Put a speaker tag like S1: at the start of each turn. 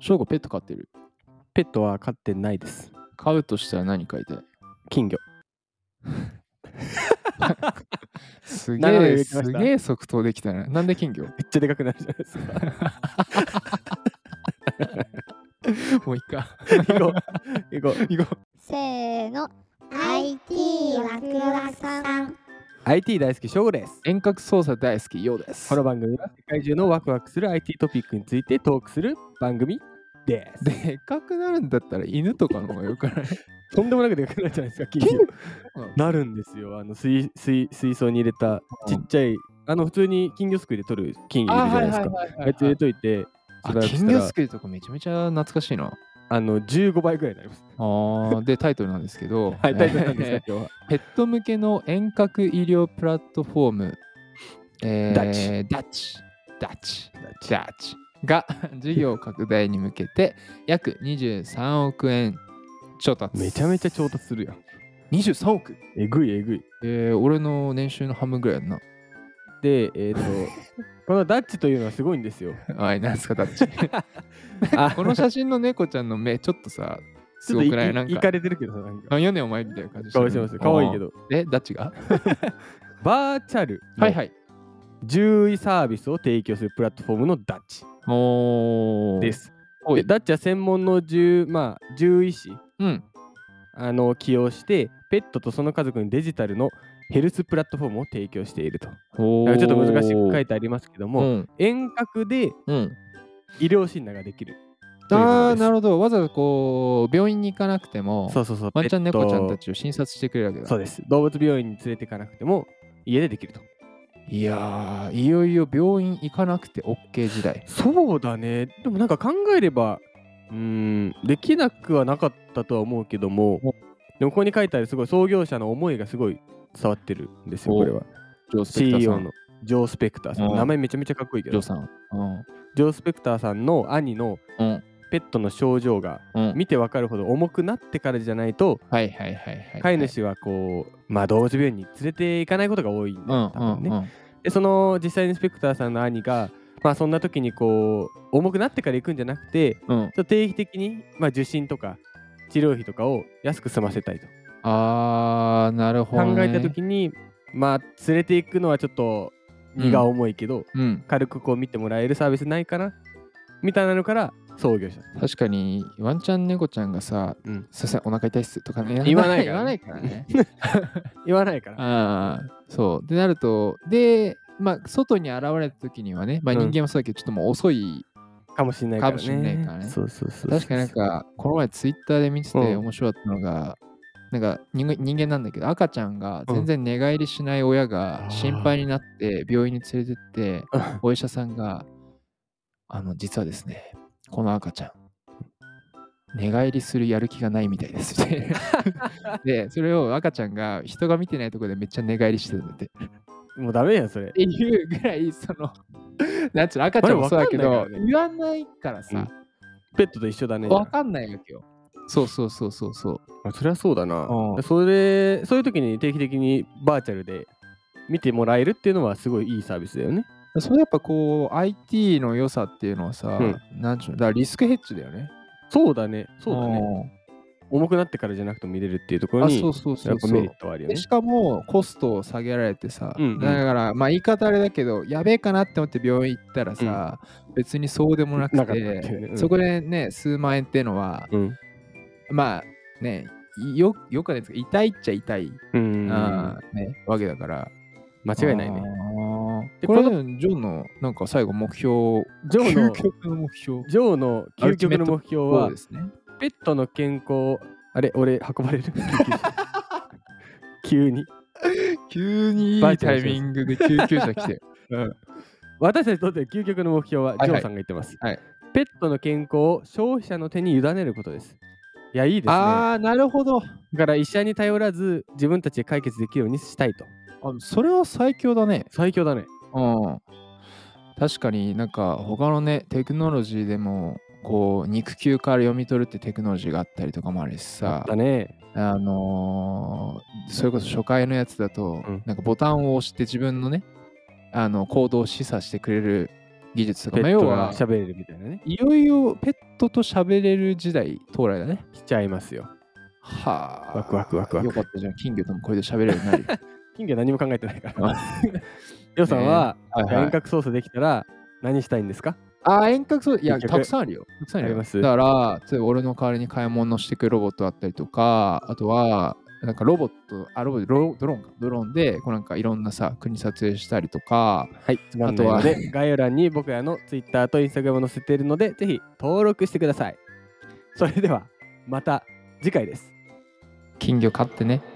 S1: 翔吾ペット飼ってる。
S2: ペットは飼ってないです。
S1: 飼うとしたら何飼いたい
S2: 金魚。
S1: す
S2: なるほ
S1: げ
S2: ど言
S1: え、
S2: ってまし
S1: す
S2: た
S1: げえ即答できたな。なんで金魚
S2: めっちゃでかくなるじゃないですか。
S1: もういいか。
S2: 行こう。行こう。
S1: 行こ
S3: せーの IT ワクワクさん
S2: IT 大好き、翔吾です。
S1: う。遠隔操作大好き、ようです。
S2: この番組は世界中のワクワクする IT トピックについてトークする番組です。
S1: でっかくなるんだったら犬とかの方がよくない
S2: とんでもなくでかくなるじゃないですか、金
S1: 金魚
S2: 魚。なるんですよ。あの水水水槽に入れたちっちゃい、あの普通に金魚すくいで取る金魚いるじゃないですか。
S1: はい
S2: あいつ入れといて、し
S1: あ
S2: ばらくし
S1: 金
S2: た
S1: 魚
S2: ら
S1: すくいとかめちゃめちゃ懐かしいな。
S2: あの15倍ぐらいになります。
S1: あー で、タイトルなんですけど、
S2: はい、大丈夫なんですか、今日 は。
S1: ペット向けの遠隔医療プラットフォーム、えー
S2: ダッチ
S1: ダッチ、ダッチ、ダッチが 事業拡大に向けて約23億円調達。
S2: めちゃめちゃ調達するやん。
S1: 23億
S2: えぐいえぐい。
S1: えー、俺の年収の半分ぐらいやんな。
S2: で、えっ、と、このダッチというのはすごいんですよ。
S1: あい、なんですか、ダッチ。
S2: あ
S1: この写真の猫ちゃんの目、ちょっとさ、すご
S2: ちょっ
S1: く
S2: と
S1: ないいなん
S2: い
S1: か
S2: か。れてるけどさ、なんか。
S1: 何よねんお前みたいな感じ
S2: かわいしてます。かわいいけ
S1: ど。
S2: ど。
S1: え、ダッチが
S2: バーチャル
S1: はい
S2: の
S1: はい。
S2: 獣医サービスを提供するプラットフォームのダッチ
S1: おー。
S2: で。す。
S1: おい
S2: でダッチは専門の獣,、まあ、獣医師
S1: うん。
S2: あの起用して、ペットとその家族にデジタルのヘルスプラットフォームを提供していると。
S1: お
S2: なんかちょっと難しく書い
S1: て
S2: てありますけど
S1: う
S2: も、
S1: ん。
S2: 遠隔で
S1: うん。
S2: 医療診断ができる。
S1: ああ、なるほ
S2: ほ
S1: ど。わざわざこう、病院に行かなくても、
S2: そうそうそう。
S1: ワンちゃん、
S2: ペット
S1: 猫ちゃんたちを診察してくれるわけだ。
S2: そうです。動物病院に連れていかなくても、家でできると。
S1: いやー、いよいよ病院行かなくて OK 時代。
S2: そうだね。でもなんか考えれば、うーん、できなくはなかったとは思うけども、でもここに書いてあるすごい創業者の思いがすごい伝わってるんですよ、
S1: お
S2: これは。
S1: ジョースペクターさ
S2: CEO
S1: ん。
S2: のジョー・スペクターさ
S1: うん
S2: ん。名前めちゃめちゃかっこいいけ
S1: ジョ
S2: ど、
S1: ー
S2: ジ
S1: さん。うん。
S2: ョー・スペクターさんの兄の
S1: うん。
S2: ペットの症状が
S1: うん。
S2: 見てわかるほど重くなってからじゃないと、
S1: はいはいはいはい。
S2: 飼い。主はこう、まあ動物病院に連れて行かないことが多いんだよ
S1: うんう
S2: 多分
S1: んう
S2: ね。
S1: ん。
S2: で、その実際にスペクターさんの兄が、まあそんな時にこう、重くなってから行くんじゃなくて、
S1: うん。
S2: ちょっと定期的に、まあ、受診とか治療費とかを安く済ませたいと
S1: あー、なるほど、
S2: 考
S1: ね。
S2: えた時に、まあ連れていくのはちょっと荷が重いけど、
S1: うん。
S2: 軽くこう見てもらえるサービスないかなみたいなのから創業者
S1: 確かに、ワンちゃん、猫ちゃんがさ、
S2: うん
S1: すいません、お腹痛いっすとかね。
S2: 言わな いか
S1: 言
S2: ら
S1: わな
S2: ね
S1: いからね。
S2: 言わないから
S1: ああ、そう。でなると、で、まあ、外に現れた時にはね、まあ、
S2: うん
S1: 人間もそうだけど、ちょっともう遅い。
S2: かもしれないから
S1: か
S2: ね
S1: もしんないからね
S2: そうそうそう
S1: 確かになんか、この前ツイッターで見てて
S2: うん
S1: 面白かったのが、なんか人間人間なんだけど、赤ちゃんが全然寝返りしない親
S2: あ
S1: が
S2: ー
S1: 心配になって病院に連れてって、
S2: うん
S1: お医者さんが、あの、実はですね、この赤ちゃん、寝返りするやる気がないみたいですみた いなで、それを赤ちゃんが人が見てないところでめっちゃ寝返りしてたんだって。
S2: もうダメやんそれ
S1: っていうぐらいそのなんつうの赤ちゃんもそうだけ
S2: わ
S1: ど
S2: かんないからね
S1: 言わないからさ
S2: ペットと一緒だね
S1: わかんないわけよそうそうそうそうそう
S2: あそりゃそうだな
S1: うん
S2: それそういう時に定期的にバーチャルで見てもらえるっていうのはすごいいいサービスだよね
S1: それやっぱこう IT の良さっていうのはさ、
S2: う
S1: なんちゅうのだからリスクヘッジだよね
S2: そうだねそうだね
S1: ね
S2: 重くなってからじゃなくても見れるっていうところ
S1: あ
S2: に
S1: そうそうそ
S2: やっ
S1: う
S2: ぱ
S1: そ
S2: メリ
S1: う
S2: ットはあるよね
S1: で。しかもコストを下げられてさ、
S2: うんうん
S1: だからまあ言い方あれだけどやべえかなって思って病院行ったらさ、別にそうでもなくて
S2: なかったっていうねうん
S1: そこでね数万円っていうのは
S2: うん。
S1: まあねよよくはないですけど痛いっちゃ痛い
S2: うん。
S1: あ
S2: 間
S1: ーね、わけだから。
S2: 違いないね。
S1: あー。
S2: で
S1: これ、
S2: こ
S1: ジョンのなんか最後目標、
S2: ジョーの
S1: 究、極の目標
S2: ジョーの究極の目標
S1: そ
S2: は
S1: うで、すね。
S2: ペットの健康、あれ、俺、運 ばれる急に。
S1: 急にい
S2: バイ
S1: い
S2: タ
S1: タ
S2: ル
S1: イミングで救急車来て。うん
S2: 私たちにとっての究極の目標
S1: は
S2: は、
S1: い
S2: ジョ
S1: は
S2: ー
S1: い
S2: さんが言ってます。
S1: はい
S2: ペットの健康を消費者の手に委ねることです。いや、いいですね。だ
S1: ああ、なるほど。あ
S2: から、医者に頼らず、自分たちで解決できるようにしたいと。
S1: それは最強だね。
S2: 最強だね。
S1: うん。確かになんか他のね、テクノロジーでも、こう肉球から読み取るってテクノロジーがあったりとかもあるしさ、
S2: だね。
S1: あのーそれこそ初回のやつだと、
S2: うん
S1: なんかボタンを押して自分のね、あの行動を示唆してくれる技術と
S2: ペ
S1: か、まあ
S2: ッ
S1: 要
S2: トが
S1: は、
S2: 喋れるみたいなね。
S1: いよいよペットと喋れる時代到来だね。
S2: 来ちゃいますよ。
S1: はあ。
S2: ワクワクワクワク
S1: よかったじゃん。金魚ともこれで喋れるようになるよ。
S2: 金魚何も考えてないから
S1: あ。
S2: りょうさん は、
S1: はいはい
S2: 遠隔操作できたら何したいんですか
S1: あー、遠隔そう、いや、
S2: 結局
S1: たくさんあるよ。たくさんあるよ。
S2: あります
S1: だから、例えば俺の代わりに買い物してくれるロボットだったりとか、あとは、なんかロボット、あ、ロボット、ロドローンか。ドローンで、こうなんかいろんなさ、国撮影したりとか、
S2: はい、つまんないので、概要欄に僕らの Twitter と Instagram を載せているので、ぜひ登録してください。それでは、また次回です。
S1: 金魚飼ってね。